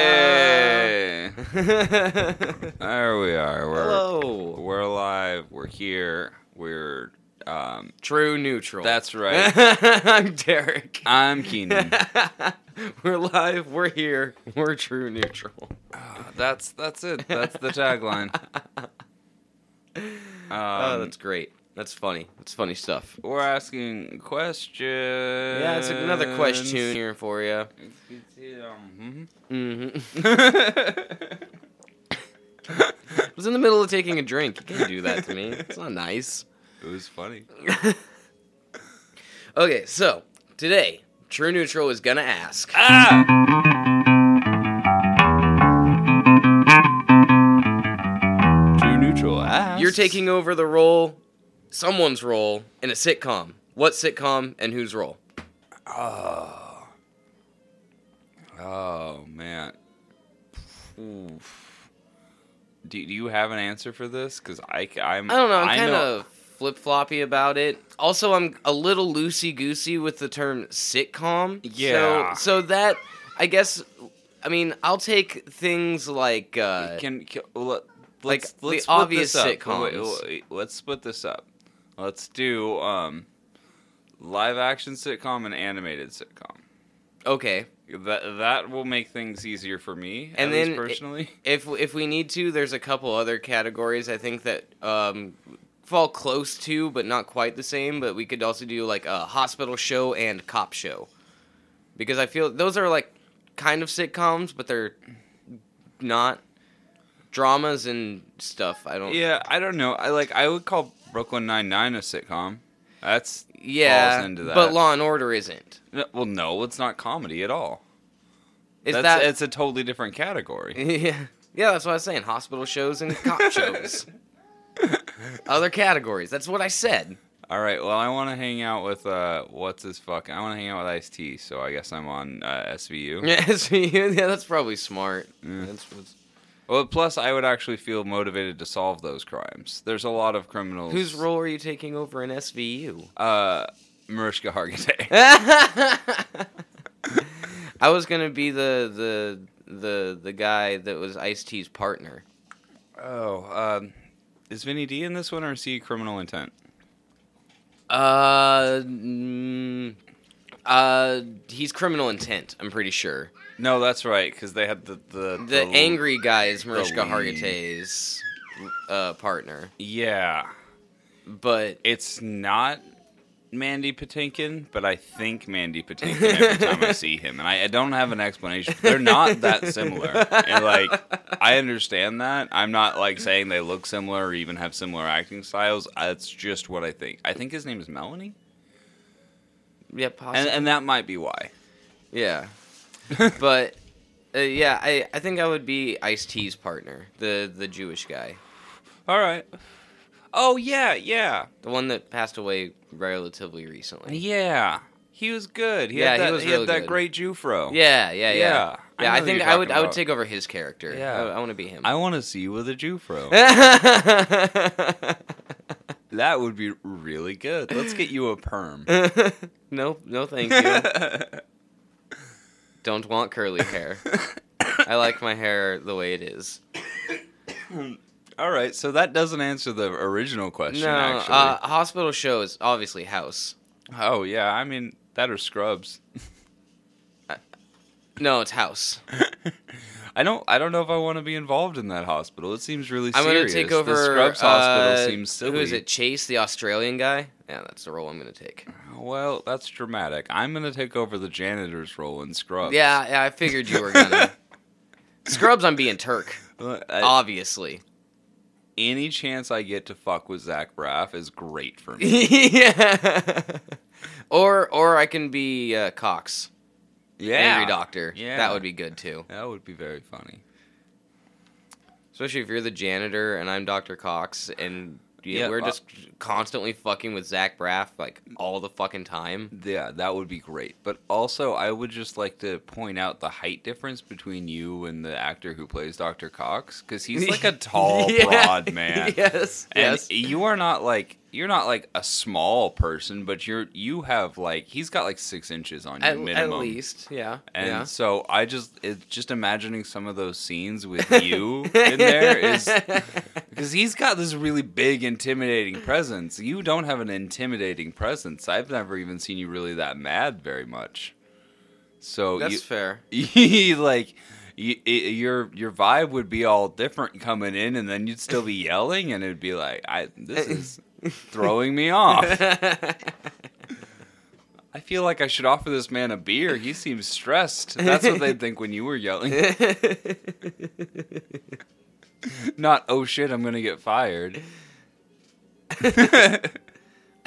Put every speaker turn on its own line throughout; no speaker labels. Hey!
Hello.
There we are. We're, we're alive. We're here. We're. Um,
True neutral.
that's right.
I'm Derek.
I'm Keenan.
we're live. We're here. We're true neutral.
Uh, That's that's it. That's the tagline. Um,
oh, that's great. That's funny. That's funny stuff.
we're asking questions.
Yeah, it's another question here for you.
Mhm.
Mm-hmm. I was in the middle of taking a drink. You can't do that to me. It's not nice.
It was funny.
okay, so today, True Neutral is gonna ask.
Ah! True neutral asks.
You're taking over the role, someone's role in a sitcom. What sitcom and whose role?
Oh. Oh man. Oof. Do, do you have an answer for this? Because I am
I don't know. I'm kind of flip floppy about it. Also, I'm a little loosey goosey with the term sitcom.
Yeah.
So, so that I guess, I mean, I'll take things like uh,
Can, can let,
like
let's,
the
let's split
obvious
this up. Wait,
sitcoms.
wait, wait, let's split this up. Let's do um, live action sitcom and animated sitcom.
okay.
That that will make things easier for me.
And
at least
then it-
personally,
If if we need to, there's a couple other categories I think that um, fall close to, but not quite the same. But we could also do like a hospital show and cop show, because I feel those are like kind of sitcoms, but they're not dramas and stuff. I don't.
yeah, I don't know. I like I would call Brooklyn Nine Nine a sitcom. That's
Yeah,
falls into that.
but Law and Order isn't.
No, well, no, it's not comedy at all.
Is
that's,
that?
it's a totally different category.
yeah, yeah. That's what I was saying. Hospital shows and cop shows. Other categories. That's what I said.
All right. Well, I want to hang out with uh, what's his fucking? I want to hang out with Ice T. So I guess I'm on uh, SVU.
Yeah, it's- yeah, that's probably smart. That's, that's-
Well, plus I would actually feel motivated to solve those crimes. There's a lot of criminals.
Whose role are you taking over in SVU?
Uh, Mariska Hargitay.
I was gonna be the the the the guy that was Ice T's partner.
oh, um, is Vinny D in this one or is he criminal intent?
Uh, mm, uh, he's criminal intent. I'm pretty sure.
No, that's right because they had the the
The angry guy is Mariska
lead.
Hargitay's uh, partner,
Yeah,
but
it's not Mandy Patinkin, but I think Mandy Patinkin every time I see him, and I, I don't have an explanation. They're not that similar, and like I understand that. I'm not like saying they look similar or even have similar acting styles. That's just what I think. I think his name is Melanie,
yeah, possibly.
and and that might be why.
Yeah. but uh, yeah, I, I think I would be Ice T's partner, the the Jewish guy,
All right. Oh yeah, yeah,
the one that passed away relatively recently.
yeah. He was good. He
Yeah,
had
he
that,
was
had
really
that
good.
great Jufro.
Yeah, yeah, yeah.
Yeah,
Yeah,
I
I,
know who
think
you're
I would
talking
I would
about.
take over his character.
Yeah.
I, I want to be him.
I want to see you with a Jufro. That would be really good. Let's get you a perm.
no, no, thank you. Don't want curly hair. I like my hair the way it is.
All right, so that doesn't answer the original question,
No,
actually.
uh, hospital show is obviously House.
oh, yeah, I mean, that or Scrubs.
No, it's House.
I don't I don't know if I want to be involved in that hospital. It seems really
I'm
serious.
gonna take over.
The Scrubs hospital
uh,
seems silly.
Who is it? Chase, the Australian guy. Yeah, that's the role I'm gonna take.
Well, that's dramatic. I'm going to take over the janitor's role in Scrubs.
Yeah, yeah, I figured you were gonna. Scrubs, I'm being Turk,
Uh, I-
obviously.
any chance I get to fuck with Zach Braff is great for me.
yeah. Or or I can be uh, Cox,
yeah.
angry doctor.
Yeah.
That would be good too.
That would be very funny.
Especially if you're the janitor and I'm Doctor Cox, and Yeah,
Yeah,
we're
uh,
just constantly fucking with Zach Braff like all the fucking time.
Yeah, that would be great. But also, I would just like to point out the height difference between you and the actor who plays Dr. Cox because he's like a tall,
Yeah.
broad man.
yes,
And
yes.
you are not like you're not like a small person, but you're you have like he's got like six inches on you
At, at
minimum.
least, yeah,
And
yeah.
so I just it's just imagining some of those scenes with you in there is because he's got this really big intimidating presence. You don't have an intimidating presence. I've never even seen you really that mad very much. So
that's
you,
fair.
you like you, i your your vibe would be all different coming in, and then you'd still be yelling, and it'd be like, I this is throwing me off. I feel like I should offer this man a beer. He seems stressed. That's what they'd think when you were yelling. Not oh shit, I'm gonna get fired.
I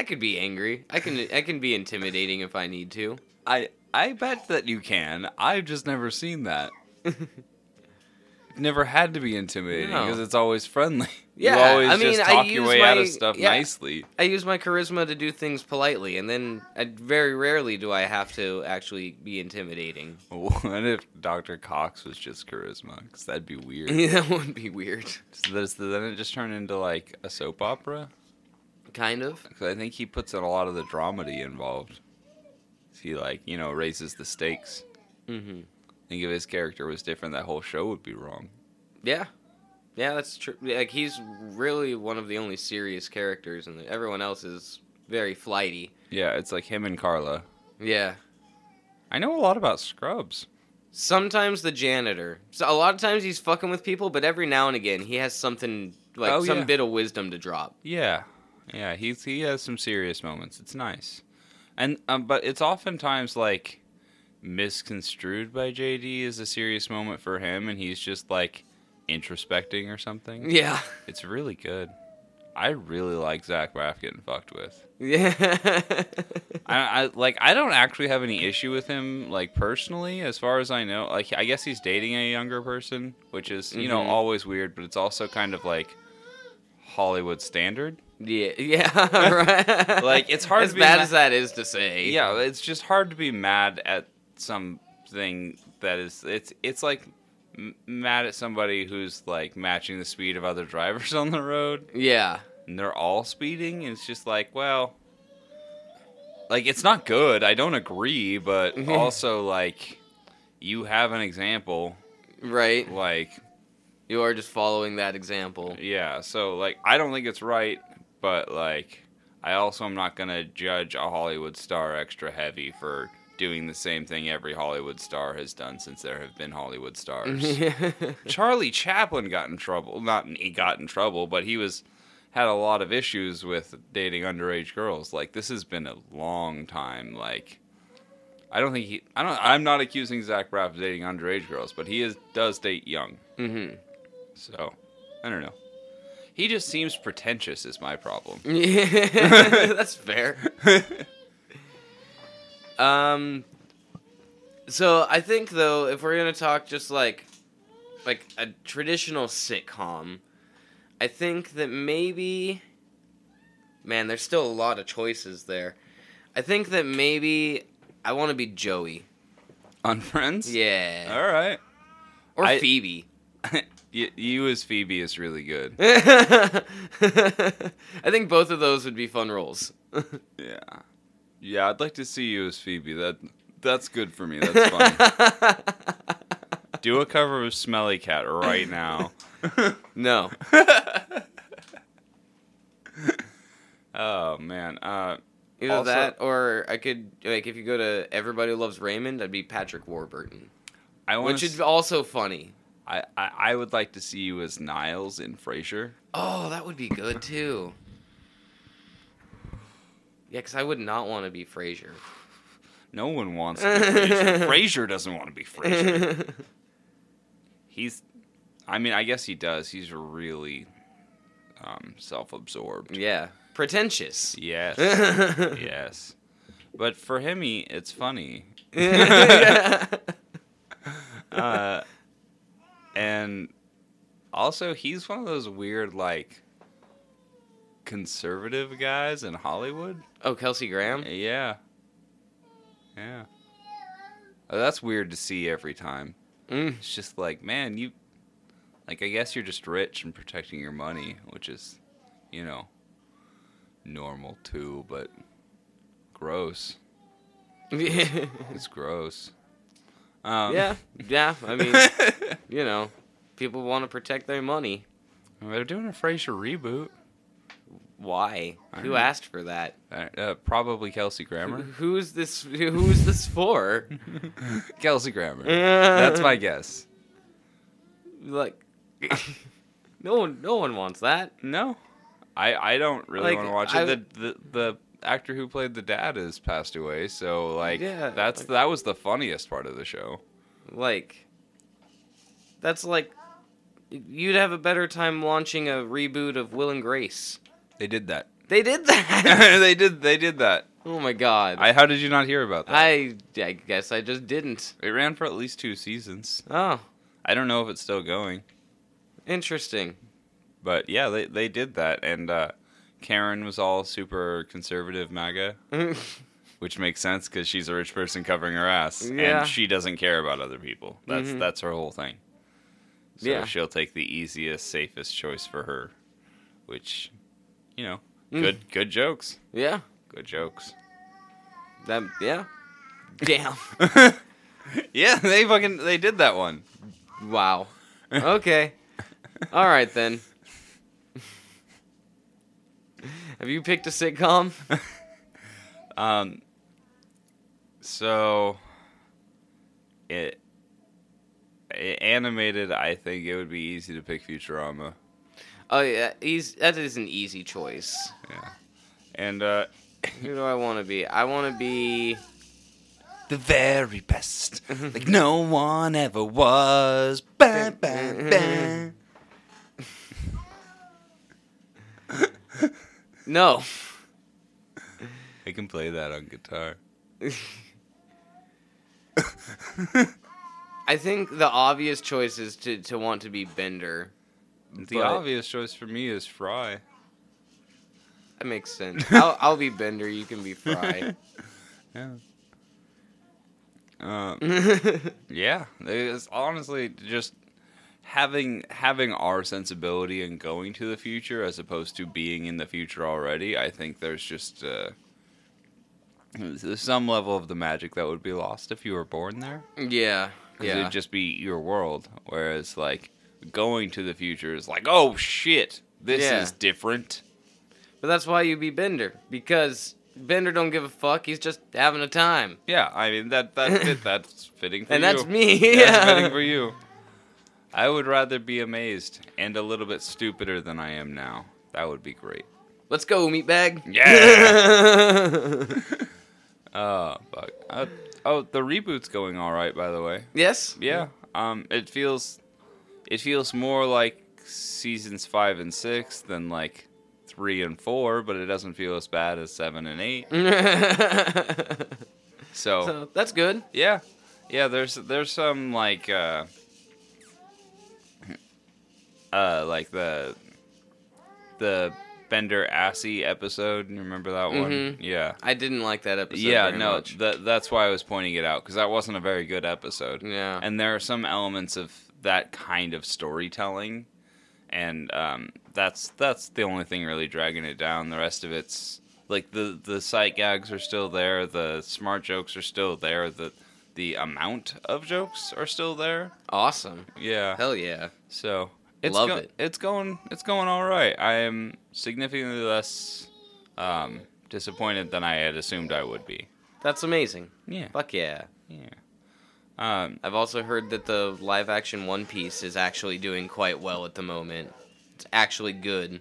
could be angry. I can I can be intimidating if I need to.
I I bet that you can. I've just never seen that. Never had to be intimidating
No.
because it's always friendly.
Yeah,
you always
I mean,
just
I
talk your
use
way out
my-
of stuff
yeah.
nicely.
I use my charisma to do things politely, and then I, very rarely do I have to actually be intimidating.
What if Dr. Cox was just charisma? Because that'd be weird.
that would be weird.
so this, then it just turned into like a soap opera.
Kind of.
'Cause I think he puts in a lot of the dramedy involved. He like you know raises the stakes.
Mm-hmm.
Think if his character was different, that whole show would be wrong.
Yeah. Yeah, that's true. Like he's really one of the only serious characters, and everyone else is very flighty.
Yeah, it's like him and Carla.
Yeah.
I know a lot about Scrubs.
Sometimes the janitor. So a lot of times he's fucking with people, but every now and again he has something like
Oh,
some
yeah.
bit of wisdom to drop.
Yeah, yeah, he's he has some serious moments. It's nice, and um, but it's oftentimes like misconstrued by JD as a serious moment for him, and he's just like introspecting or something.
Yeah.
It's really good. I really like Zach Braff getting fucked with.
Yeah.
I, I like. I don't actually have any issue with him, like personally, as far as I know. Like, I guess he's dating a younger person, which is you know
Mhm.
always weird, but it's also kind of like Hollywood standard.
yeah. Yeah. Right.
Like, it's hard
as
to be
bad
ma-
as that is to say.
yeah it's just hard to be mad at something that is it's it's like m- mad at somebody who's like matching the speed of other drivers on the road
Yeah.
and they're all speeding and it's just like well like it's not good i don't agree but also like you have an example
Right.
like
You are just following that example.
yeah so like i don't think it's right but like i also am not gonna judge a hollywood star extra heavy for doing the same thing every hollywood star has done since there have been hollywood stars charlie chaplin got in trouble not in- he got in trouble but he was had a lot of issues with dating underage girls like this has been a long time like i don't think he i don't i'm not accusing zach braff of dating underage girls but he is does date young
mm-hmm.
so, I don't know. He just seems pretentious, is my problem.
Yeah, Mm-hmm. that's fair. Um, so I think though, if we're gonna talk just like, like a traditional sitcom, I think that maybe, man, there's still a lot of choices there. I think that maybe I want to be Joey.
On Friends?
Yeah.
All right.
Or
I-
Phoebe.
you, you as Phoebe is really good.
I think both of those would be fun roles.
Yeah. Yeah, I'd like to see you as Phoebe. That that's good for me. That's fun. Do a cover of Smelly Cat right now.
no.
Oh man. Uh
Either
Also-
that, or I could like if you go to Everybody Loves Raymond, I'd be Patrick Warburton,
I want
which is also funny.
I, I I would like to see you as Niles in Frasier.
Oh, that would be good too. Yeah, because I would not want to be Frasier.
No one wants to be Frasier. Frasier doesn't want to be Frasier. he's i mean i guess he does he's really um self-absorbed
yeah, pretentious.
yes yes but for him he, it's funny uh, and also he's one of those weird like conservative guys in Hollywood.
Oh, Kelsey Graham.
Yeah. Yeah. Oh, that's weird to see every time.
Mm.
It's just like, man, you. Like, I guess you're just rich and protecting your money, which is, you know, normal too, but gross. It's gross. Um,
yeah, yeah. I mean, you know, people want to protect their money.
They're doing a Frasier reboot.
Why?
I
Who
don't know.
asked for that?
Uh, uh, probably Kelsey
Who,
Grammer.
who's this? Who is this for?
Kelsey Grammer. That's my guess.
like. no one, no one wants that.
No, I I don't really
Like,
want to watch
I-
it. The, the the actor who played the dad has passed away, so like
Yeah,
that's
like-
that was the funniest part of the show.
Like, that's like, you'd have a better time launching a reboot of Will and Grace.
They did that.
They did that.
they did they did that.
oh my god. I,
I how did you not hear about that?
I, guess I just didn't.
it ran for at least two seasons.
Oh,
I don't know if it's still going,
interesting.
but yeah, they they did that, and uh, Karen was all super conservative MAGA. Which makes sense because she's a rich person covering her ass,
Yeah.
and she doesn't care about other people. That's
Mhm.
that's her whole thing. So
Yeah.
she'll take the easiest, safest choice for her, which, you know,
Mm.
good good jokes,
yeah.
good jokes.
That. Yeah. Damn.
yeah, they fucking they did that one.
Wow. Okay. All right then. Have you picked a sitcom?
Um, so it, it animated. I think it would be easy to pick Futurama.
Oh yeah, he's that is an easy choice.
Yeah, and uh,
Who do I want to be? I want to be.
the very best, like no one ever was. Bah, bah, bah.
No.
I can play that on guitar.
I think the obvious choice is to, to want to be Bender.
The
But-
obvious choice for me is Fry.
That makes sense. I'll, I'll be Bender. You can be Fry.
Yeah. Um, yeah. It's honestly just having having our sensibility and going to the future as opposed to being in the future already. I think there's just uh, there's some level of the magic that would be lost if you were born there.
yeah.
'Cause
Yeah.
it'd just be your world. Whereas like going to the future is like, oh shit, this
Yeah.
is different.
but that's why you be Bender because Bender don't give a fuck. He's just having a time,
Yeah, I mean that that fit, that's fitting for
and
you.
that's me.
That's betting for
yeah.
you. I would rather be amazed and a little bit stupider than I am now. That would be great.
Let's go, meatbag.
Yeah. oh fuck. Uh, oh, the reboot's going all right, by the way.
yes.
Yeah. Um, it feels, it feels more like seasons five and six than like three and four, but it doesn't feel as bad as seven and eight. So,
so that's good.
yeah, yeah. There's there's some like, uh, uh, like the the Bender Assy episode. You remember that one?
Mhm.
Yeah.
I didn't like that episode.
Yeah,
very
no,
much.
that that's why I was pointing it out because that wasn't a very good episode.
yeah.
And there are some elements of that kind of storytelling, and um, that's that's the only thing really dragging it down. The rest of it's like the the sight gags are still there, the smart jokes are still there, the the amount of jokes are still there.
awesome.
Yeah.
Hell yeah.
So it's
Love
go-
it.
It's going. It's going all right. I am significantly less um, disappointed than I had assumed I would be.
That's amazing.
Yeah.
Fuck yeah.
Yeah. Um,
I've also heard that the live action One Piece is actually doing quite well at the moment. It's actually good,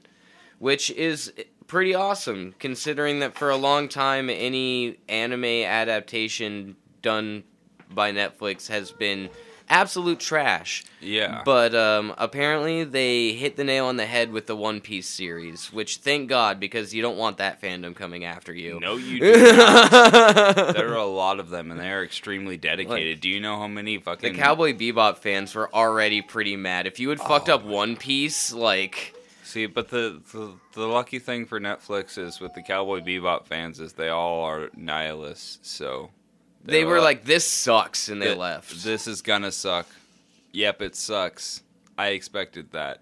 which is pretty awesome considering that for a long time any anime adaptation done by Netflix has been absolute trash.
yeah.
But um, apparently they hit the nail on the head with the One Piece series, which thank God because you don't want that fandom coming after you.
no, you do. not. there are a lot of them, and they are extremely dedicated. do you know how many
The
fucking
Oh Cowboy Bebop fans were already pretty mad. If you had fucked up One Piece, like
See, but the, the the lucky thing for Netflix is with the Cowboy Bebop fans is they all are nihilists. So
They, were like, "This sucks," and they
"Th-
left.
This is gonna suck. Yep, it sucks. I expected that.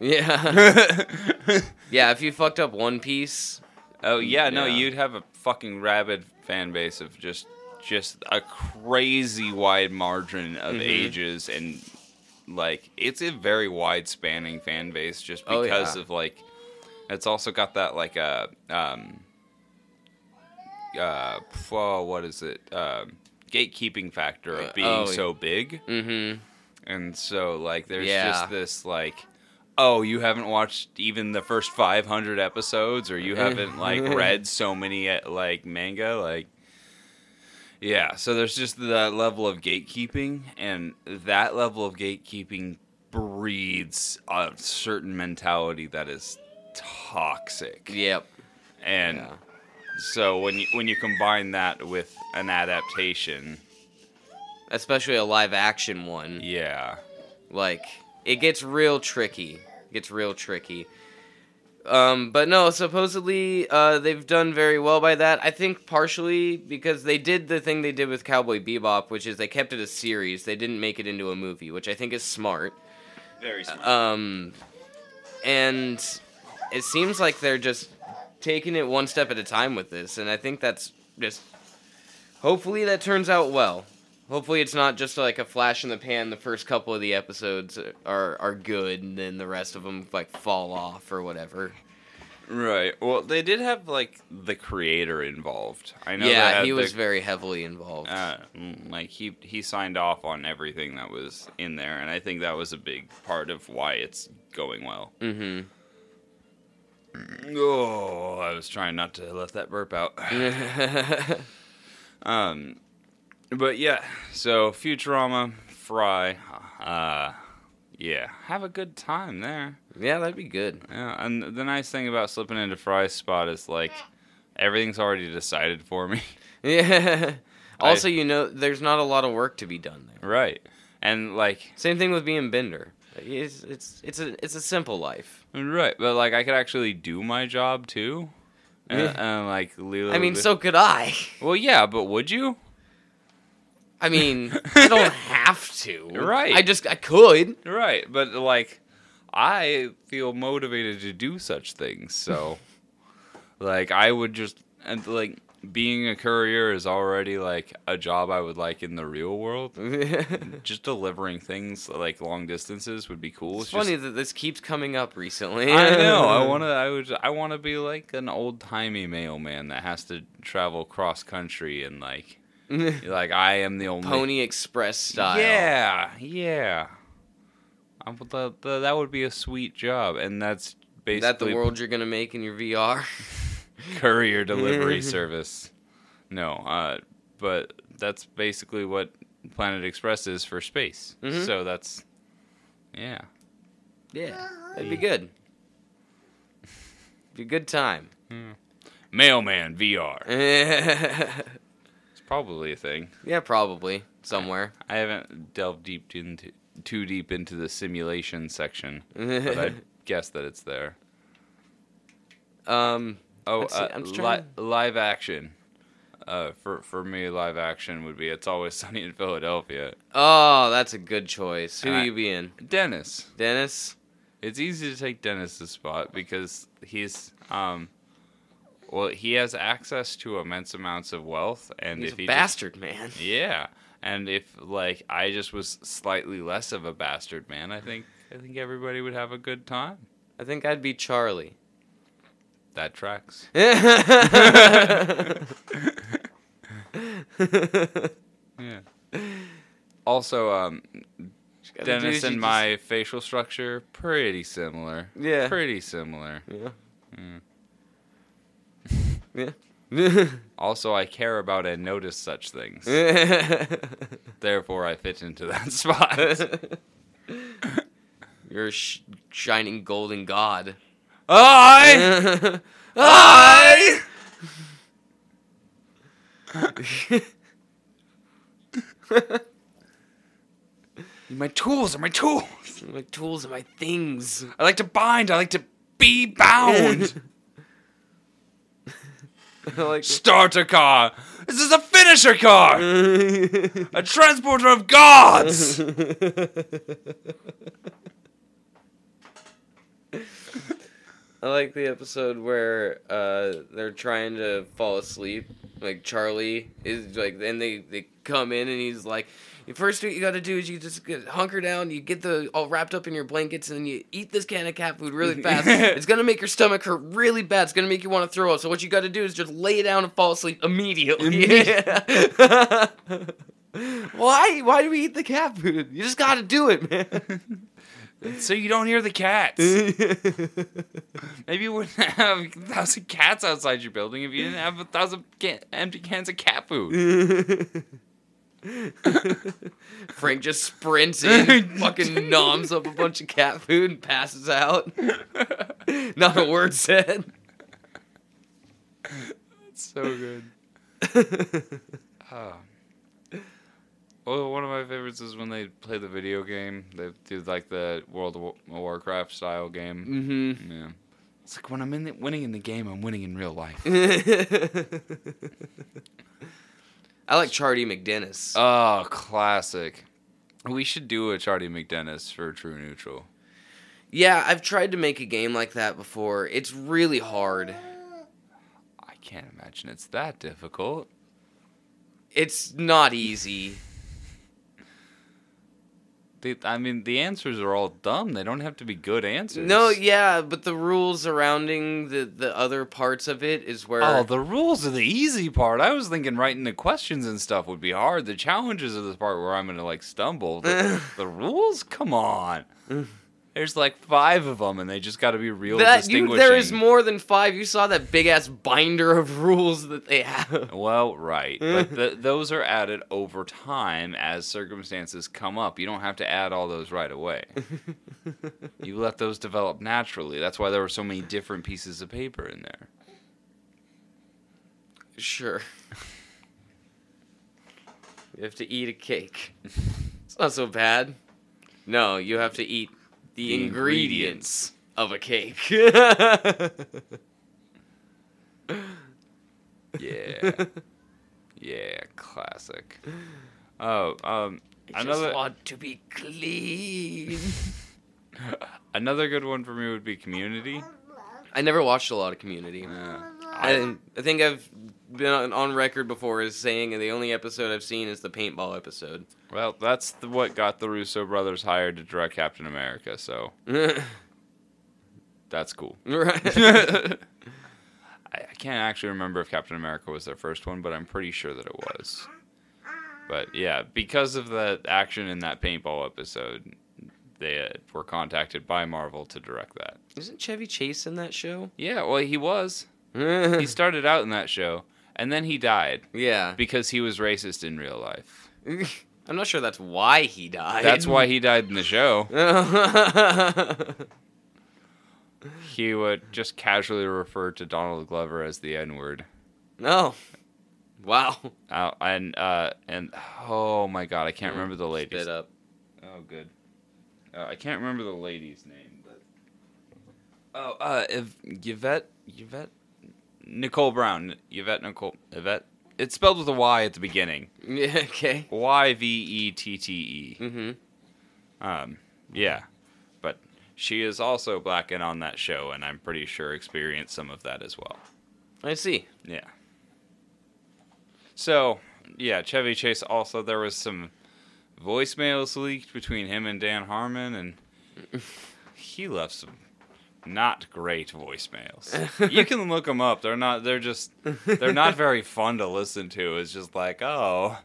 yeah, yeah. If you fucked up One Piece,
oh yeah, no,
Yeah.
you'd have a fucking rabid fan base of just just a crazy wide margin of
Mm-hmm.
ages and like it's a very wide spanning fan base just
Oh,
because
yeah.
of like it's also got that like uh, um uh whoa, what is it um gatekeeping factor
Uh,
of being
oh,
so big
mm-hmm.
and so like there's
Yeah.
just this like oh you haven't watched even the first 500 episodes or you haven't like read so many uh, like manga like yeah so there's just that level of gatekeeping and that level of gatekeeping breeds a certain mentality that is toxic
Yep.
and
Yeah.
so when you when you combine that with an adaptation
Especially a live action one.
yeah
like it gets real tricky gets real tricky um but no supposedly uh they've done very well by that i think partially because they did the thing they did with cowboy bebop which is they kept it a series they didn't make it into a movie which i think is smart
very smart.
um and it seems like they're just taking it one step at a time with this and i think that's just hopefully that turns out well hopefully it's not just like a flash in the pan the first couple of the episodes are are good and then the rest of them like fall off or whatever
Right. Well, they did have like the creator involved. I know. they
yeah
had
he was
the-
very heavily involved
uh, mm, like he he signed off on everything that was in there, and I think that was a big part of why it's going well.
mm-hmm
Oh, I was trying not to let that burp out. Um, but yeah. So Futurama, Fry. Uh, yeah. Have a good time there.
yeah that'd be good
Yeah, and the nice thing about slipping into Fry's spot is like everything's already decided for me.
yeah also
I-
you know there's not a lot of work to be done there
Right. And like
Same thing with being Bender. It's it's it's a it's a simple life.
right, but like I could actually do my job too. And, and like Lilo
I mean, so could I.
well, yeah, but would you?
I mean, I don't have to.
Right.
I just I could.
Right, but like I feel motivated to do such things, so like I would just and like being a courier is already like a job I would like in the real world.
it's
Just delivering things like long distances would be cool. It's just-
funny that this keeps coming up recently.
I know. I want to. I would. I want to be like an old timey mailman that has to travel cross country and like,
to
like I am the only
Pony Express style.
Yeah, yeah. I would, that, that that would be a sweet job, and that's basically
Is that the world you're gonna make in your VR?
courier delivery service. No, uh, but that's basically what Planet Express is for space.
Mhm.
So that's, yeah.
yeah, that'd be good. Be a good time.
Mailman VR.
yeah,
It's probably a thing.
probably somewhere.
I haven't delved deep into too deep into the simulation section, but I guess that it's there.
um,
Oh,
Let's see,
uh,
I'm just
li-
trying
live action. Uh, for for me, live action would be "It's Always Sunny in Philadelphia."
oh, that's a good choice. Who
And I-
you being?
Dennis.
Dennis?
It's easy to take Dennis's spot because he's um, well, he has access to immense amounts of wealth, and
He's
if
a
he just-
bastard, man.
yeah, and if like I just was slightly less of a bastard man, I think I think everybody would have a good time.
I think I'd be Charlie.
That tracks. Yeah. Also, um, Dennis and my facial structure pretty similar.
Yeah.
Pretty similar.
Yeah.
Mm.
Yeah.
Also, I care about and notice such things. Therefore, I fit into that spot.
You're a sh- shining golden god.
I.
I.
My tools are my tools.
my tools and my things.
I like to bind. I like to be bound.
I like
Starter car. This is a finisher car. A transporter of gods.
I like the episode where uh, they're trying to fall asleep. Like Charlie is like, then they they come in and he's like, "The first thing you got to do is you just get, hunker down. You get the all wrapped up in your blankets and then you eat this can of cat food really fast. it's gonna make your stomach hurt really bad. It's gonna make you want to throw up. So what you got to do is just lay down and fall asleep immediately. Why? Why do we eat the cat food? You just got to do it, man.
so you don't hear the cats. Maybe you wouldn't have a thousand cats outside your building if you didn't have a thousand can- empty cans of cat food.
Frank just sprints in, fucking noms up a bunch of cat food and passes out. Not a word said.
It's so good. Oh. Well, one of my favorites is when they play the video game. They do like the World of Wa- Warcraft style game.
hmm
Yeah. Mm. It's like when I'm in the, winning in the game, I'm winning in real life.
I like Charlie McDennis.
Oh, classic. We should do a Charlie McDennis for True Neutral.
yeah, I've tried to make a game like that before. It's really hard.
I can't imagine it's that difficult.
It's not easy.
The, I mean, the answers are all dumb. They don't have to be good answers.
No, yeah, but the rules surrounding the the other parts of it is where
Oh, the rules are the easy part. I was thinking writing the questions and stuff would be hard. The challenges are the part where I'm gonna like stumble. The, the rules, come on. There's like five of them, and they just got to be real
that you,
distinguishing.
there is more than five. You saw that big ass binder of rules that they have.
Well, right, but th those are added over time as circumstances come up. You don't have to add all those right away. you let those develop naturally. That's why there were so many different pieces of paper in there.
Sure. you have to eat a cake. It's not so bad. No, you have to eat the,
The
ingredients. of a cake.
Yeah. yeah, classic. Oh, um another
want to be clean.
another good one for me would be community.
I never watched a lot of Community.
Uh,
I, I think I've been on, on record before as saying the only episode I've seen is the paintball episode.
well, that's the, what got the Russo brothers hired to direct Captain America, so that's cool.
right.
I, I can't actually remember if Captain America was their first one, but I'm pretty sure that it was. But yeah, because of the action in that paintball episode, they uh, were contacted by Marvel to direct that.
Isn't Chevy Chase in that show?
Yeah, well, he was. he started out in that show and then he died
yeah.
because he was racist in real life.
I'm not sure that's why he died.
That's why he died in the show.
yeah,
He would just casually refer to Donald Glover as the N word.
no. Wow.
Uh, and uh, and oh my god, I can't remember the
Mm, Spit
lady's.
up.
Oh good, uh, I can't remember the lady's name. But... Oh, uh, Yv- Yvette, Yvette, Nicole Brown, Yvette Nicole, Yvette. It's spelled with a Y at the beginning.
Yeah, okay.
Y V E T T E.
Mm-hmm.
Um, yeah, but she is also black and on that show, and I'm pretty sure experienced some of that as well.
I see.
Yeah. So yeah, Chevy Chase. Also, there was some voicemails leaked between him and Dan Harmon, and he left some not great voicemails. you can look them up. They're not. They're just. They're not very fun to listen to. It's just like, oh,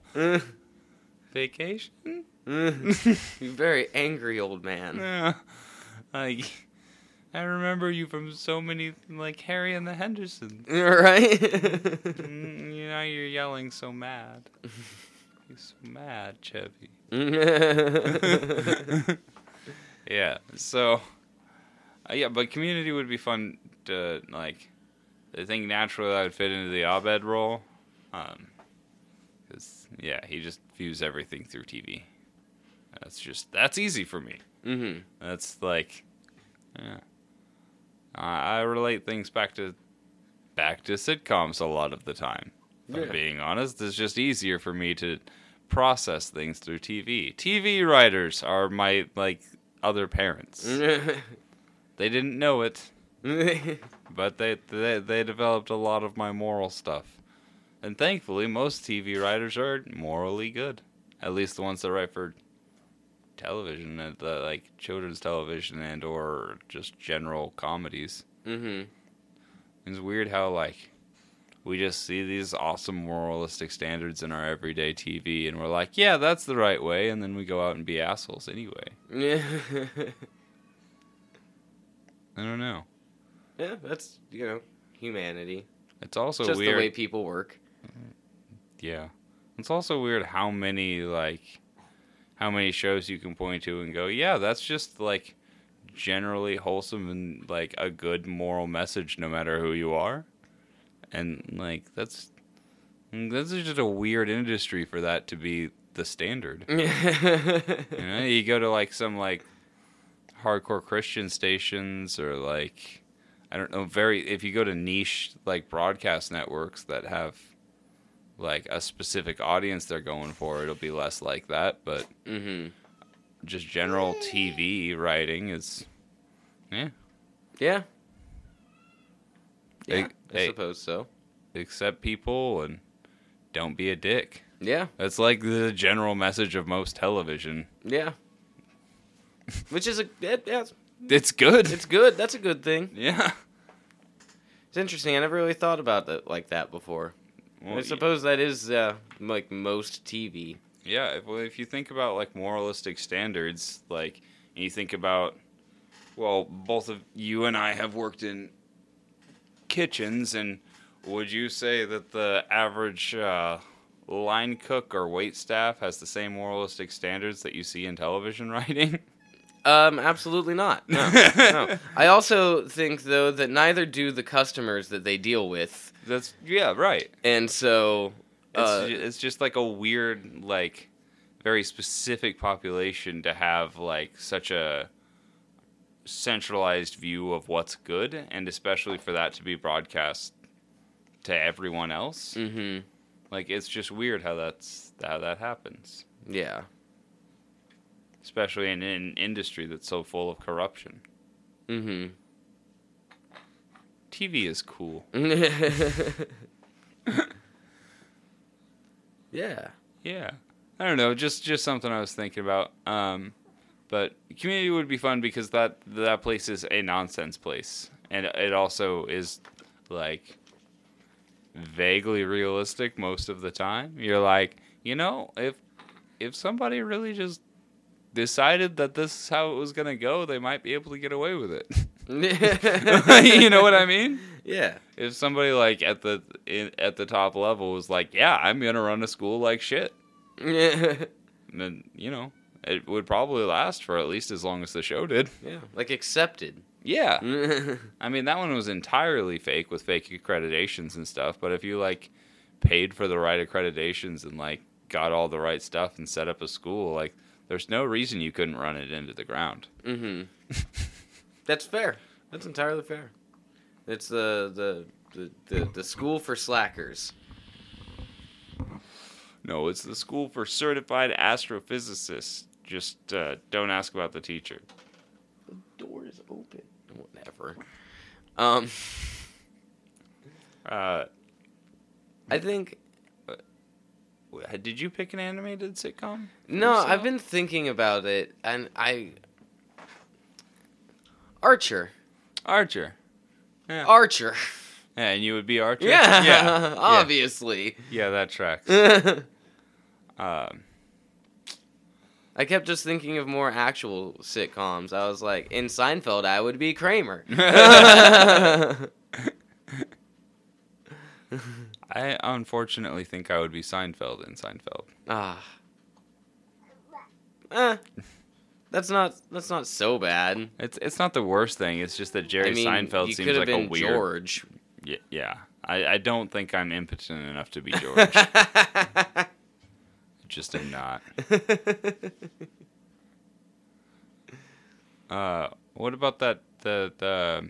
vacation.
You very angry old man.
Yeah. Like I remember you from so many like Harry and the Hendersons.
Right?
Mm, you know you're yelling so mad. You're so mad, Chevy. yeah. So uh, yeah, but community would be fun to like I think naturally I would fit into the Abed role. Um 'cause, yeah, he just views everything through TV. That's just that's easy for me.
mm-hmm.
That's like, yeah. I I relate things back to back to sitcoms a lot of the time. If I'm
Yeah.
being honest, it's just easier for me to process things through TV. TV writers are my like other parents.
Mm-hmm.
They didn't know it, but they, they they developed a lot of my moral stuff. And thankfully, most TV writers are morally good. At least the ones that write for television, uh, the, like children's television and or just general comedies.
mm-hmm.
It's weird how like we just see these awesome moralistic standards in our everyday TV, and we're like, yeah, that's the right way, and then we go out and be assholes anyway.
yeah,
I don't know.
that's you know humanity.
It's also
Just
weird.
the way people work.
yeah, it's also weird how many like how many shows you can point to and go, yeah, that's just like generally wholesome and like a good moral message, no matter who you are, and like that's that's just a weird industry for that to be the standard. You know, you go to like some like hardcore Christian stations or like I don't know, very if you go to niche like broadcast networks that have like a specific audience they're going for, it'll be less like that, but
mm-hmm.
just general TV writing is yeah,
Yeah.
Hey,
Yeah, I
hey.
suppose so.
accept people and don't be a dick.
Yeah,
That's like the general message of most television.
yeah. Which is a it, yeah, it's-
It's good.
it's good. That's a good thing.
yeah.
It's interesting. I never really thought about it like that before. I
Well,
suppose that is uh, like most TV.
Yeah, if, well, if you think about like moralistic standards, like and you think about, well, both of you and I have worked in kitchens, and would you say that the average uh, line cook or wait staff has the same moralistic standards that you see in television writing?
Um, absolutely not. No, no. I also think though that neither do the customers that they deal with,
That's yeah, right.
and so
It's,
uh,
ju- it's just like a weird, like, very specific population to have like such a centralized view of what's good, and especially for that to be broadcast to everyone else.
mhm.
Like, it's just weird how that's how that happens,
yeah,
especially in an industry that's so full of corruption.
mhm.
TV is cool.
yeah.
Yeah. I don't know, just just something I was thinking about. Um, but community would be fun because that that place is a nonsense place, and it also is like vaguely realistic most of the time. You're like, you know, if if somebody really just decided that this is how it was gonna go, they might be able to get away with it. you know what I mean?
Yeah.
If somebody like at the in, at the top level was like, yeah, I'm gonna run a school like shit
yeah.
then you know it would probably last for at least as long as the show did.
Like accepted. Mm-hmm.
Yeah,
Mm. yeah.
I mean that one was entirely fake with fake accreditations and stuff. But if you like paid for the right accreditations and like got all the right stuff and set up a school, like there's no reason you couldn't run it into the ground.
Mm-hmm. That's fair. That's entirely fair. It's the the the, the, the school for slackers.
No, it's the school for certified astrophysicists. Just uh, don't ask about the teacher.
Door is open. Whatever. Um,
Uh,
I think
w- did you pick an animated sitcom? for
no. I've
yourself?
been thinking about it, and I Archer,
Archer. Yeah.
Archer.
yeah, and you would be Archer.
Yeah,
yeah. yeah.
obviously.
Yeah, that tracks. Um,
I kept just thinking of more actual sitcoms. I was like, in Seinfeld, I would be Kramer.
I unfortunately think I would be Seinfeld in Seinfeld.
Ah. Eh. That's not that's not so bad.
It's it's not the worst thing. It's just that Jerry
I mean,
Seinfeld
you
seems
could have
like
been
a weird.
George.
Y- yeah, I, I don't think I'm impotent enough to be George. just am not. Uh, what about that the the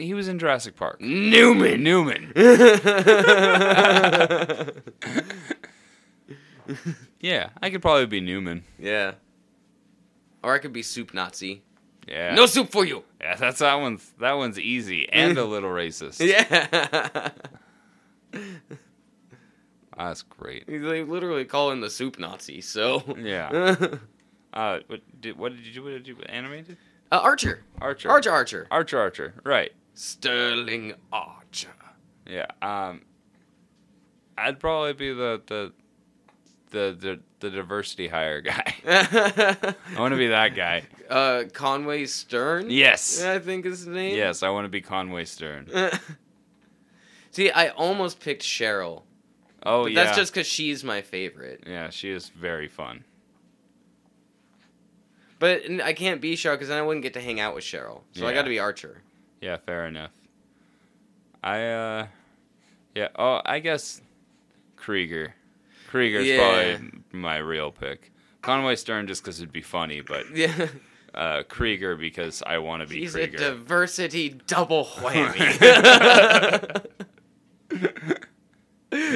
He was in Jurassic Park.
Newman.
Newman. yeah, I could probably be Newman.
yeah. Or I could be soup Nazi.
Yeah.
No soup for you.
Yeah, that's that one's that one's easy and a little racist.
Yeah.
Ah, That's great.
they literally call him the soup Nazi. So.
Yeah.
uh,
Uh, what did what did you do? What did you animated?
Archer.
Archer.
Archer. Archer.
Archer. Archer. Right.
Sterling Archer.
Yeah. Um, I'd probably be the the the the, the diversity hire guy. I want to be that guy.
uh, Conway Stern.
Yes.
I think is his name.
Yes, I want to be Conway Stern.
See, I almost picked Cheryl.
Oh
But
yeah.
that's just because she's my favorite.
yeah. She is very fun.
But n- I can't be Cheryl because then I wouldn't get to hang out with Cheryl. So I
Yeah.
got to be Archer.
Yeah, fair enough. I uh yeah, oh I guess Krieger. Krieger's
Yeah.
probably my real pick. Conway Stern just because it'd be funny, but
Yeah,
uh, Krieger because I want to be
he's a
Krieger.
diversity double whammy.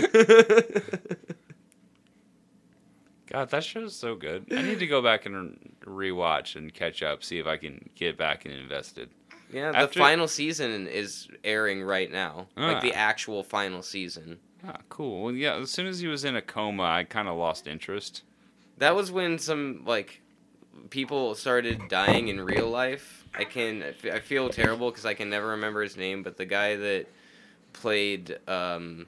God, that show's so good. I need to go back and re- rewatch and catch up, see if I can get back and invested.
yeah, the
After-
final season is airing right now, like the
Ah.
actual final season.
Ah, cool. Well, yeah. As soon as he was in a coma, I kind of lost interest.
That was when some like people started dying in real life. I can I fe- I feel terrible because I can never remember his name, but the guy that played um,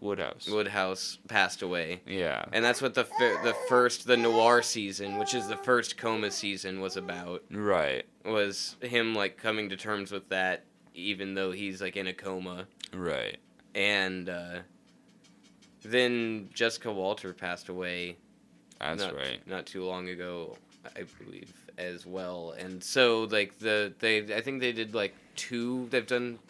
Woodhouse.
Woodhouse passed away,
yeah.
and that's what the fir- the first the noir season, which is the first coma season, was about.
right.
Was him like coming to terms with that, even though he's like in a coma,
Right.
and uh, then Jessica Walter passed away
That's
not,
right.
Not too long ago, I believe, as well. And so, like the they, I think they did like two. They've done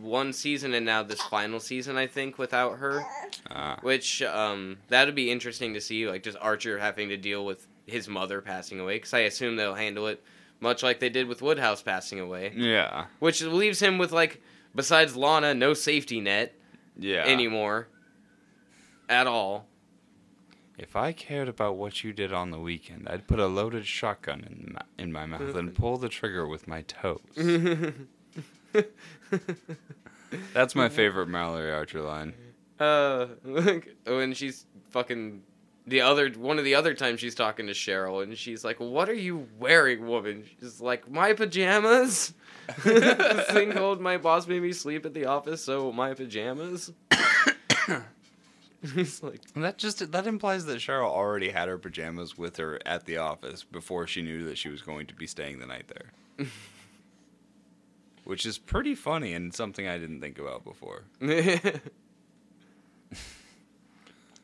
one season, and now this final season, I think, without her.
Ah.
Which um, that'd be interesting to see, like just Archer having to deal with his mother passing away, because I assume they'll handle it much like they did with Woodhouse passing away,
yeah.
which leaves him with like besides Lana, no safety net
Yeah.
anymore. At all.
If I cared about what you did on the weekend, I'd put a loaded shotgun in my, in my mouth and pull the trigger with my
Mm-hmm.
toes. That's my favorite Mallory Archer line.
Uh, like, when she's fucking the other one of the other times she's talking to Cheryl and she's like, "What are you wearing, woman?" She's like, "My pajamas." this thing called my boss made me sleep at the office, so my pajamas. It's like,
And that just that implies that Cheryl already had her pajamas with her at the office before she knew that she was going to be staying the night there. Which is pretty funny and something I didn't think about before.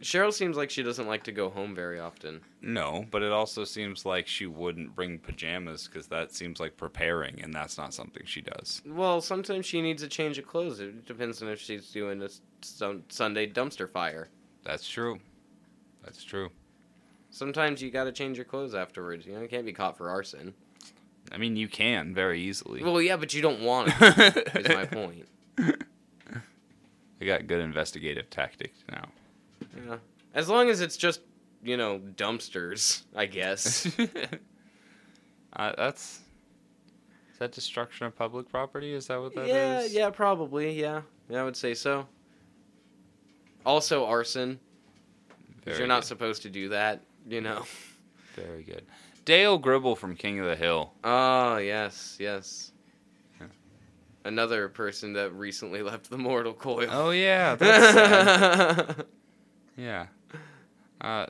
Cheryl seems like she doesn't like to go home very often.
No, but it also seems like she wouldn't bring pajamas because that seems like preparing, and that's not something she does.
Well, sometimes she needs a change of clothes. It depends on if she's doing a s- sun- Sunday dumpster fire.
That's true. That's true.
Sometimes you gotta change your clothes afterwards. You know, you can't be caught for arson.
I mean, you can very easily.
Well, yeah, but you don't want it. is my
I
point.
got good investigative tactics now.
Yeah. As long as it's just, you know, dumpsters, I guess.
uh, that's is that destruction of public property? Is that what that is?
yeah, yeah, probably. Yeah, yeah, I would say so. Also, arson. 'cause
Very
you're not
good.
supposed to do that. You know.
very good. Dale Gribble from King of the Hill.
Oh yes, yes.
Yeah.
Another person that recently left the mortal coil.
Oh yeah, that's sad. yeah. Uh,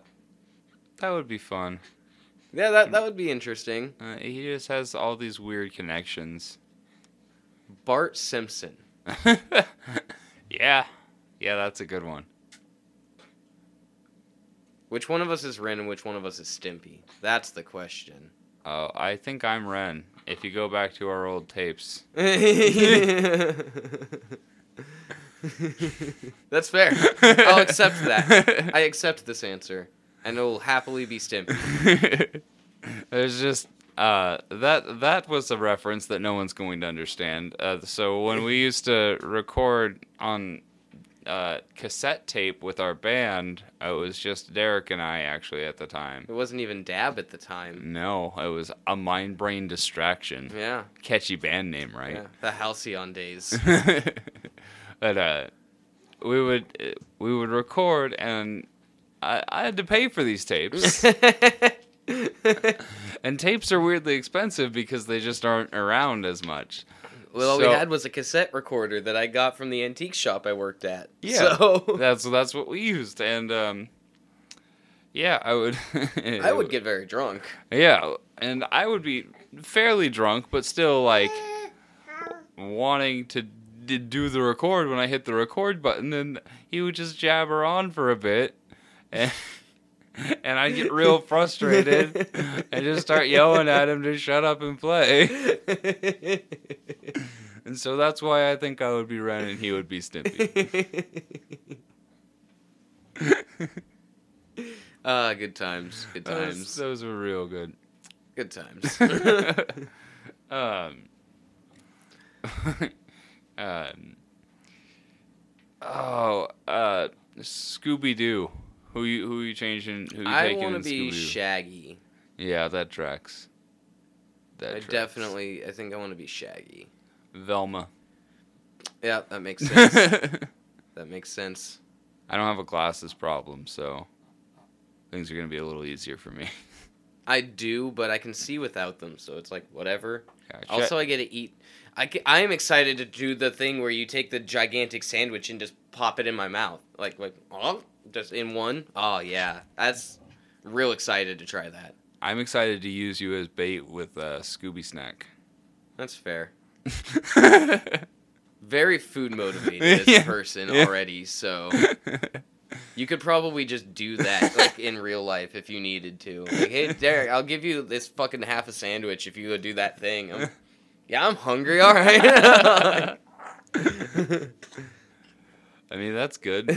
that would be fun.
yeah, that that would be interesting.
Uh, he just has all these weird connections.
Bart Simpson.
yeah, yeah, that's a good one.
Which one of us is Ren and which one of us is Stimpy? That's the question.
Oh, I think I'm Ren. If you go back to our old tapes,
That's fair. I'll accept that. I accept this answer, and it will happily be Stimpy.
there's just Uh, that that was a reference that no one's going to understand. Uh, so when we used to record on uh, cassette tape with our band, it was just Derek and I actually at the time.
It wasn't even dab at the time.
No, it was a mind brain distraction.
Yeah.
Catchy band name,
yeah.
right?
The halcyon days.
but uh, we would we would record, and I, I had to pay for these tapes. and tapes are weirdly expensive because they just aren't around as much.
Well, all
So-
we had was a cassette recorder that I got from the antique shop I worked at.
Yeah,
So
that's that's what we used, and um, yeah, I would.
I would get very drunk.
Yeah, and I would be fairly drunk, but still like wanting to d- do the record when I hit the record button. Then he would just jabber on for a bit, and and I'd get real frustrated and just start yelling at him to shut up and play. And so that's why I think I would be Ren and he would be Stimpy.
Ah, good times. Good
Those,
times.
those were real good.
Good times.
um, um, oh, uh, Scooby Doo. Who you who you changing? Who you
I
taking?
want to
in
be
Scooby-Doo?
Shaggy.
yeah, that tracks. That
I
tracks.
definitely, I think I want to be Shaggy.
Velma.
Yeah, that makes sense.
I
that makes sense.
don't have a glasses problem, so things are gonna be a little easier for me.
I do, but I can see without them, so it's like whatever.
Gotcha.
Also, I get to eat. I, ca- I am excited to do the thing where you take the gigantic sandwich and just pop it in my mouth, like like oh, just in one. Oh yeah, that's real excited to try that.
I'm excited to use you as bait with uh, Scooby Snack.
That's fair. Very food motivated as
Yeah,
a person
yeah.
already, so you could probably just do that like in real life if you needed to. Like, hey Derek, I'll give you this fucking half a sandwich if you go do that thing. I'm- yeah, I'm hungry. All right.
I mean, that's good.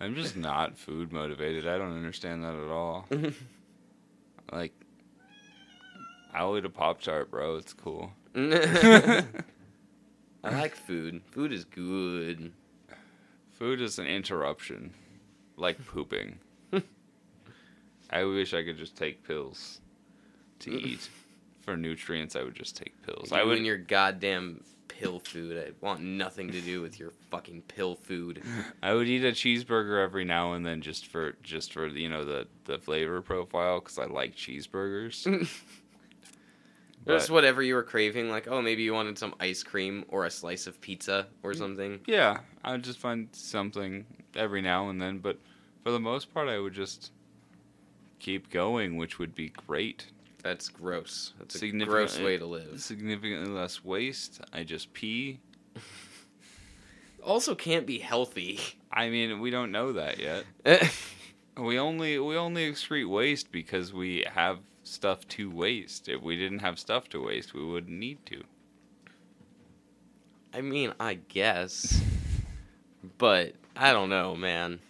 I'm just not food motivated. I don't understand that at all. like, I'll eat a Pop Tart, bro. It's cool.
I like food. Food is good.
Food is an interruption, like pooping. I wish I could just take pills to eat. For nutrients, I would just take pills. I
you
would.
and your goddamn pill food. I want nothing to do with your fucking pill food.
I would eat a cheeseburger every now and then just for just for you know the the flavor profile because I like
Mm-hmm.
cheeseburgers.
Just
But-
whatever you were craving, like oh maybe you wanted some ice cream or a slice of pizza
Mm.
or something.
Yeah, I would just find something every now and then, but for the most part, I would just keep going, which would be great.
That's gross. That's a
Significant-
gross way to live.
Significantly less waste. I just pee.
Also can't be healthy.
I mean, we don't know that yet.
That's
We only we only excrete waste because we have stuff to waste. If we didn't have stuff to waste, we wouldn't need to.
I mean, I guess. But I don't know, man.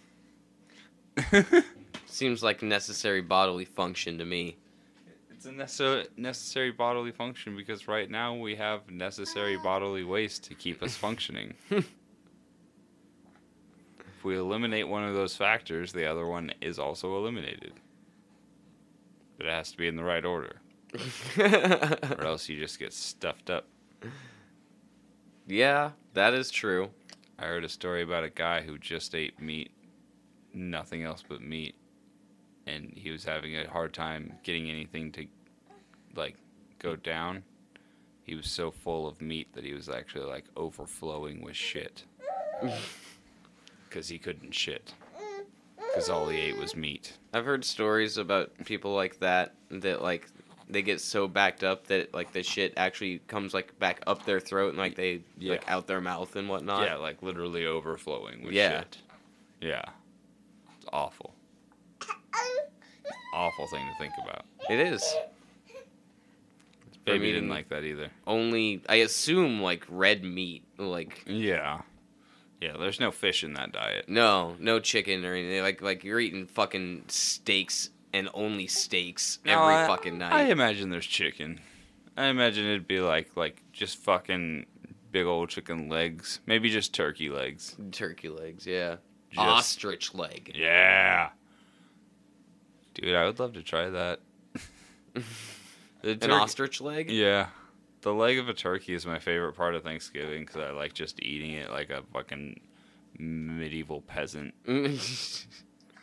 Seems like necessary bodily function to me.
It's a necessary necessary bodily function because right now we have necessary bodily waste to keep us functioning. if we eliminate one of those factors, the other one is also eliminated. But it has to be in the right order, or else you just get stuffed up.
yeah, that is true.
I heard a story about a guy who just ate meat, nothing else but meat, and he was having a hard time getting anything to like go down. He was so full of meat that he was actually like overflowing with shit. Cuz he couldn't shit. Cuz all he ate was meat.
I've heard stories about people like that that like they get so backed up that like the shit actually comes like back up their throat and like they
Yeah.
like out their mouth and whatnot.
yeah, like literally overflowing with
Yeah.
shit. Yeah. It's awful. Awful thing to think about.
It is
Baby
mean-
didn't like that either.
only I assume like red meat like
Yeah. Yeah, there's no fish in that diet.
no no chicken or anything like like you're eating fucking steaks and only steaks
No,
every
I-
fucking night.
I imagine there's chicken. I imagine it'd be like like just fucking big old chicken legs, maybe just turkey legs.
Turkey legs, yeah.
Just-
Ostrich leg.
Yeah. Dude, I would love to try that. The
An
turkey-
ostrich leg?
Yeah. The leg of a turkey is my favorite part of Thanksgiving because I like just eating it like a fucking medieval peasant.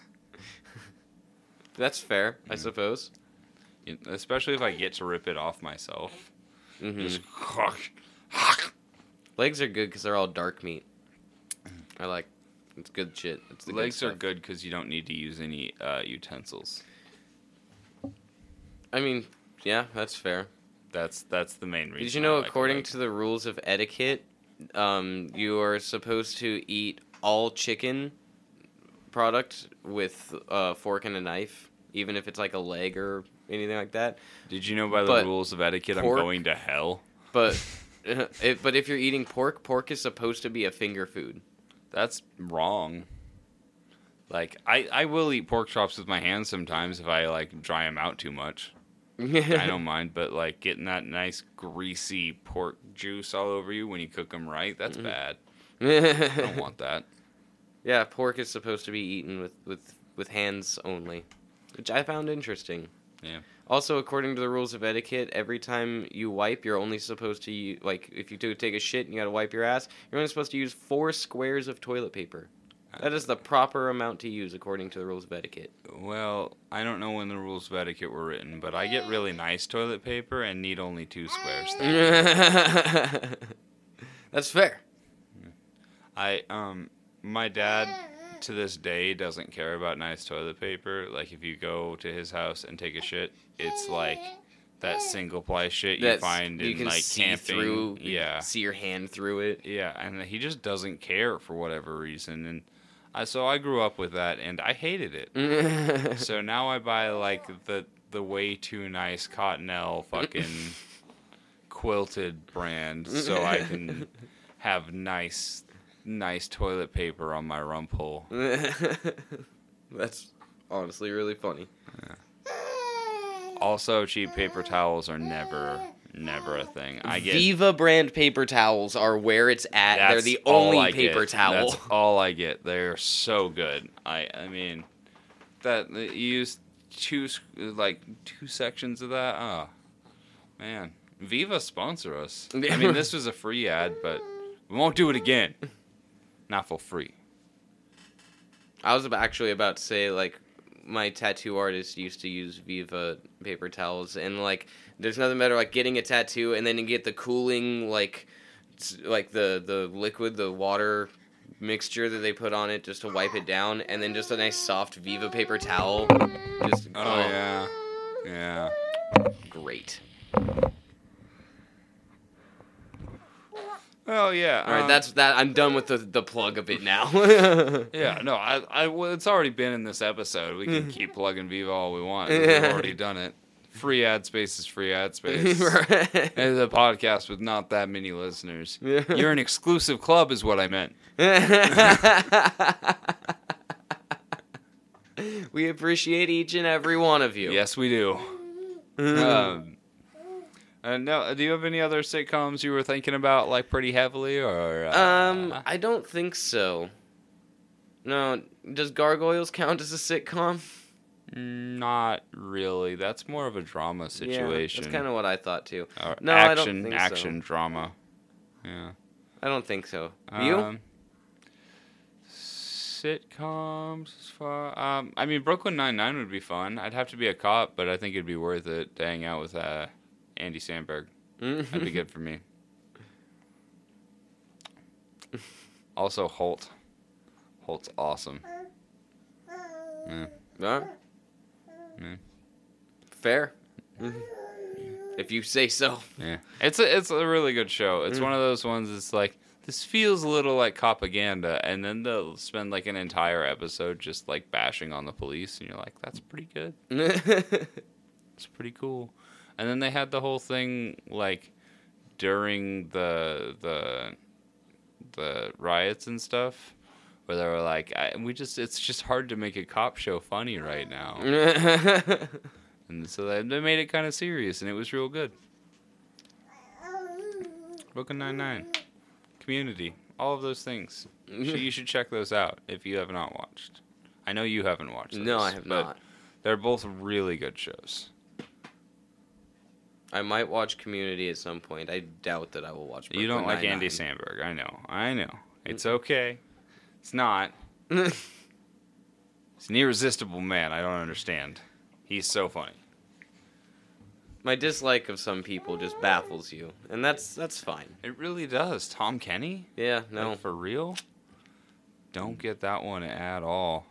That's fair, I suppose.
You- Especially if I get to rip it off myself.
hmm
Just
Legs are good because they're all dark meat. I like. It's good shit. It's the
legs are
stuff.
good because you don't need to use any uh, utensils.
I mean, yeah, that's fair.
That's that's the main reason.
Did you know,
I like
according
legs.
to the rules of etiquette, um, you are supposed to eat all chicken product with a fork and a knife, even if it's like a leg or anything like that.
Did you know by the
but
rules of etiquette
pork-
I'm going to hell?
But if, but if you're eating pork, pork is supposed to be a finger food.
That's wrong. Like I, I will eat pork chops with my hands sometimes if I like dry them out too much. I don't mind, but like getting that nice greasy pork juice all over you when you cook them right, that's
Mm-hmm.
bad. I don't want that.
yeah, pork is supposed to be eaten with with with hands only, which I found interesting.
Yeah.
Also, according to the rules of etiquette, every time you wipe, you're only supposed to u- like if you do take a shit and you gotta wipe your ass, you're only supposed to use four squares of toilet paper. That is the proper amount to use according to the rules of etiquette.
Well, I don't know when the rules of etiquette were written, but I get really nice toilet paper and need only two squares. Thank you.
That's fair.
I um my dad to this day doesn't care about nice toilet paper. Like if you go to his house and take a shit, it's like that single ply shit you
That's-
find in like camping.
through. you can
yeah.
see your hand through it.
Yeah, and he just doesn't care for whatever reason and I so I grew up with that and I hated it. so now I buy like the the way too nice Cottonelle fucking quilted brand so I can have nice nice toilet paper on my rump hole.
That's honestly really funny.
Also, cheap paper towels are never never a thing. I get
Viva brand paper towels are where it's at. They're
that's
the
all
only
I
paper
get.
towel.
That's all I get. They're so good. I I mean that you use two s- like two sections of that. Oh man, Viva sponsor us. I mean this was a free ad, but we won't do it again. Not for free.
I was ab- actually about to say like my tattoo artist used to use Viva paper towels, and like there's nothing better like getting a tattoo and then you get the cooling like s- like the the liquid the water mixture that they put on it just to wipe it down, and then just a nice soft Viva paper towel. Just
Oh, yeah, yeah.
great.
Oh yeah.
All right,
um,
that's that. I'm done with the the plug of it now.
Yeah, no, I, I, well, it's already been in this episode. We can keep plugging Viva all we want. We've already done it. Free ad space is free ad space.
Right.
It's a podcast with not that many listeners. You're an exclusive club, is what I meant.
we appreciate each and every one of you.
Yes, we do. Um, and now, do you have any other sitcoms you were thinking about, like pretty heavily, or uh,
Um, I don't think so. No, does Gargoyles count as a sitcom?
not really? That's more of a drama situation.
Yeah, that's kind of what I thought too.
Or
No, I don't
action,
think so.
action drama. Yeah.
I don't think so. You?
Um, sitcoms as far. Um, I mean, Brooklyn Nine Nine would be fun. I'd have to be a cop, but I think it'd be worth it to hang out with uh, Andy Sandberg.
Mm-hmm.
That'd be good for me. Also, Holt. Holt's awesome. Yeah.
Huh?
Mm.
Fair. If you say so.
Yeah, it's a it's a really good show. It's one of those ones that's like this feels a little like propaganda, and then they'll spend like an entire episode just like bashing on the police, and you're like, that's pretty good. It's pretty cool. And then they had the whole thing like during the the the riots and stuff where they were like, I, "We just it's just hard to make a cop show funny right now," and so they, they made it kind of serious, and it was real good. Brooklyn Nine Nine, Community, all of those things. You
Mm-hmm.
should- you should check those out if you have not watched. I know you haven't watched. Those,
no, I have
but
not.
They're both really good shows.
I might watch Community at some point. I doubt that I will watch.
you don't
Brooklyn
like Andy
Nine-Nine.
Sandberg. I know. I know. It's
Mm-hmm.
okay. It's not. He's an irresistible man. I don't understand. He's so funny.
My dislike of some people just baffles you, and that's that's fine.
It really does. Tom Kenny?
Yeah,
No,
no.
for real? Don't get that one at all.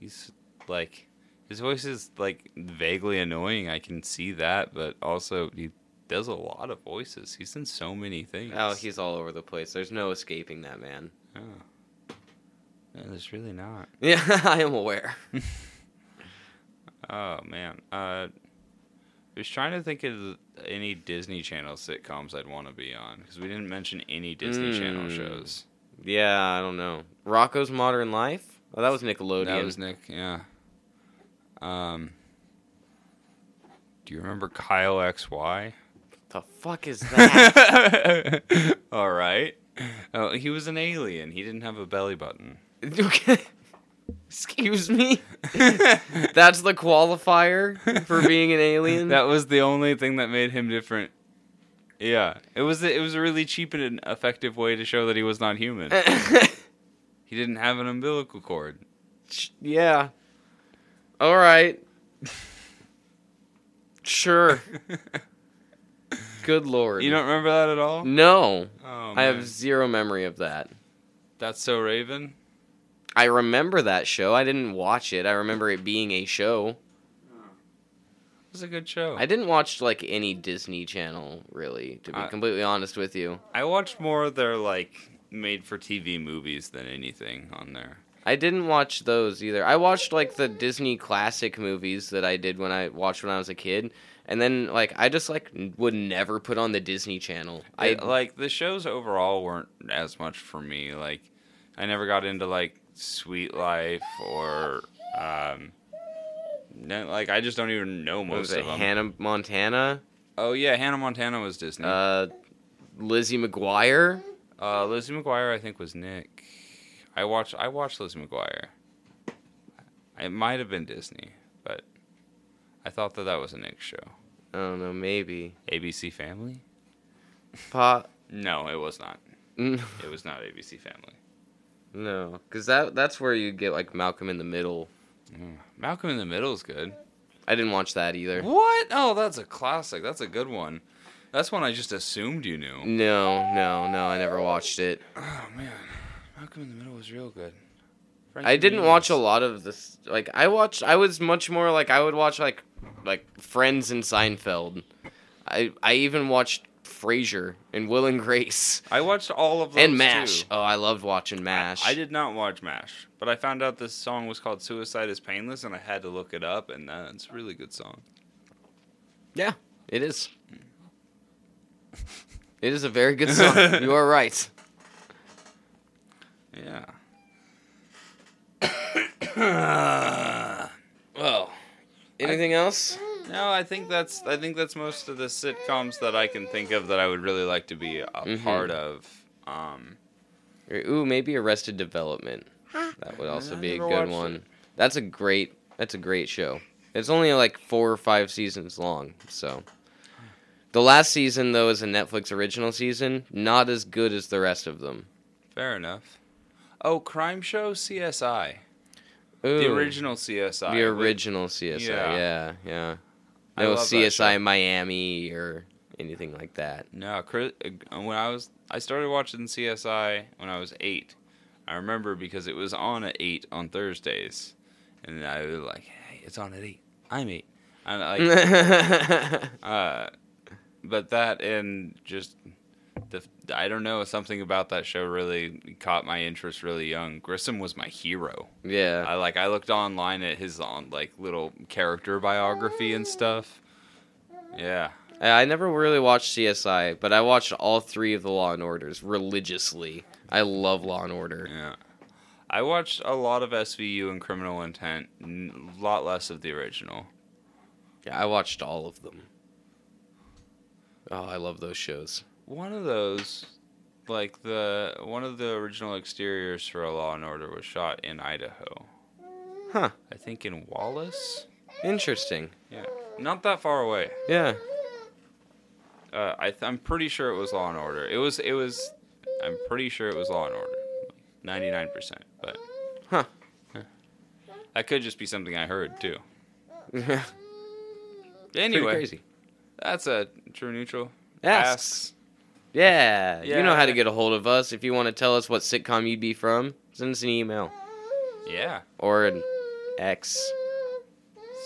He's like, his voice is like vaguely annoying. I can see that, but also he does a lot of voices. He's in so many things.
Oh, he's all over the place. There's no escaping that man.
Yeah. No, there's really not.
Yeah, I am aware.
Oh man, uh, I was trying to think of any Disney Channel sitcoms I'd want to be on because we didn't mention any Disney Channel
Mm.
shows.
Yeah, I don't know. Rocco's Modern Life. Oh, that was Nickelodeon.
That was Nick. Yeah. Um. Do you remember Kyle X Y?
the fuck is that?
All right. Oh, he was an alien. He didn't have a belly button.
okay. Excuse me. That's the qualifier for being an alien.
That was the only thing that made him different. Yeah, it was it was a really cheap and effective way to show that he was not human. he didn't have an umbilical cord.
yeah. All right. Sure. Good lord.
You don't remember that at
Mm.
all?
No.
Oh,
I have zero memory of that.
That's so Raven.
I remember that show. I didn't watch it. I remember it being a show.
It was a good show.
I
I,
didn't watch like any Disney Channel really, to be
I-
completely honest with you.
watched more of their like made for TV movies than anything on there.
I didn't watch those either. I watched like the Disney classic movies that I did when I watched when I was a kid, and then like I just like n- would never put on the Disney Channel. I
I like the shows overall weren't as much for me. Like I never got into like Sweet Life or um no, like I just don't even know
what was
most
it
of them.
Hannah Montana,
oh yeah, Hannah Montana was Disney. Uh,
uh, Lizzie McGuire.
Lizzie McGuire I think was Nick. I watched I watched Lizzie McGuire. It might have been Disney, but I thought that that was a Nick show.
I don't know, maybe
ABC Family?
Pop. Mm,
No, it was not.
No,
It was not ABC Family.
because that that's where you get like Malcolm in the Middle.
Malcolm in the Middle is good.
I didn't watch that either.
What? Oh, that's a classic. That's a good one. That's one I just assumed you knew.
No, no, no, I never watched it.
Oh man, Malcolm in the Middle was real good.
I didn't watch a lot of this. Like I watched, I was much more like I would watch like like Friends and Seinfeld. I I even watched Frasier and Will and Grace
I watched all of those
and Mash.
too.
Oh, I loved watching Mash.
I did not watch Mash, but I found out this song was called "Suicide Is Painless," and I had to look it up, and uh, it's a really good song.
Yeah, it is. It is a very good song. you are right.
Yeah.
Well, anything else?
No, I think that's I think that's most of the sitcoms that I can think of that I would really like to be a
Mm-hmm.
part of. Um,
Ooh, maybe Arrested Development. That would also be a
never
good
watched
one.
it.
That's a great. That's a great show. It's only like four or five seasons long, so. The last season though is a Netflix original season, not as good as the rest of them.
fair enough. Oh, crime show CSI.
Ooh,
The original CSI.
The
with-
original CSI.
Yeah.
Yeah, yeah.
I
No
love that
CSI
show.
Miami or anything like that.
No, Chris, uh, when I was I started watching CSI when I was eight. I remember because it was on at eight on Thursdays, and I was like, "Hey, it's on at eight. I'm eight. And like, uh, but that and just the I don't know something about that show really caught my interest really young. Grissom was my hero.
yeah.
I like I looked online at his on like little character biography and stuff. Yeah.
Uh, I never really watched CSI, but I watched all three of the Law and Orders religiously. I love Law and Order.
Yeah. I watched a lot of SVU and Criminal Intent, a lot less of the original.
Yeah, I watched all of them. Oh, I love those shows.
One of those, like the one of the original exteriors for a Law and Order was shot in Idaho.
Huh.
I think in Wallace.
Interesting.
Yeah, not that far away.
Yeah.
Uh, I th- I'm pretty sure it was Law and Order. It was it was. I'm pretty sure it was Law and Order, ninety nine percent. But
Huh.
Yeah. that could just be something I heard too.
Pretty
Anyway,
crazy.
that's a true neutral.
Asks. Yeah, You know
Yeah.
how to get a hold of us. If you want to tell us what sitcom you'd be from, send us an email
Yeah.
or an X.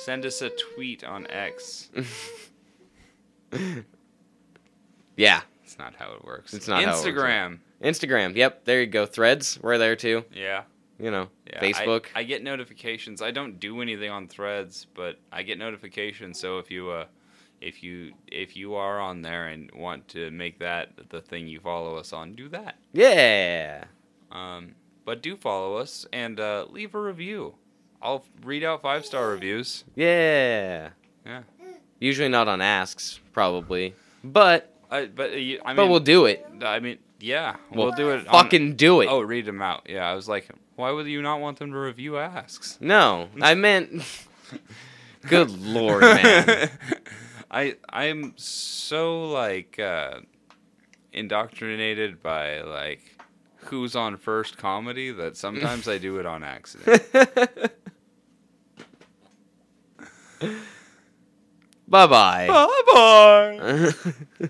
Send us a tweet on X.
Yeah.
It's not how it works.
It's not how it works.
Instagram.
Instagram. Yep. There you go. Threads. We're there too.
Yeah.
You know,
yeah. I-
Facebook.
I, get notifications. I don't do anything on Threads, but I get notifications. So if you, uh, if you, if you are on there and want to make that the thing you follow us on, do that.
yeah.
Um, but do follow us and uh, leave a review. I'll read out five star reviews.
Yeah.
Yeah.
Usually not on asks, probably. But
I, but uh, you, I mean,
but we'll do it.
I mean, yeah,
We'll
we'll, do it. on-
Fucking do it.
Oh, read them out. Yeah, I was like, why would you not want them to review asks?
No, I meant. Good lord, man.
I I'm so like uh, indoctrinated by like who's on first comedy that sometimes I do it on accident.
bye bye.
bye bye.
Bye.